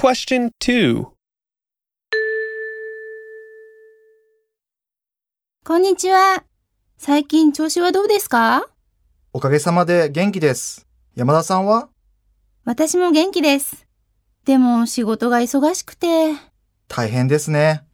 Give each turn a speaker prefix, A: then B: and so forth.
A: Question 2.
B: こんにちは。最近調子はどうですか
C: おかげさまで元気です。山田さんは
B: 私も元気です。でも仕事が忙しくて。
C: 大変ですね。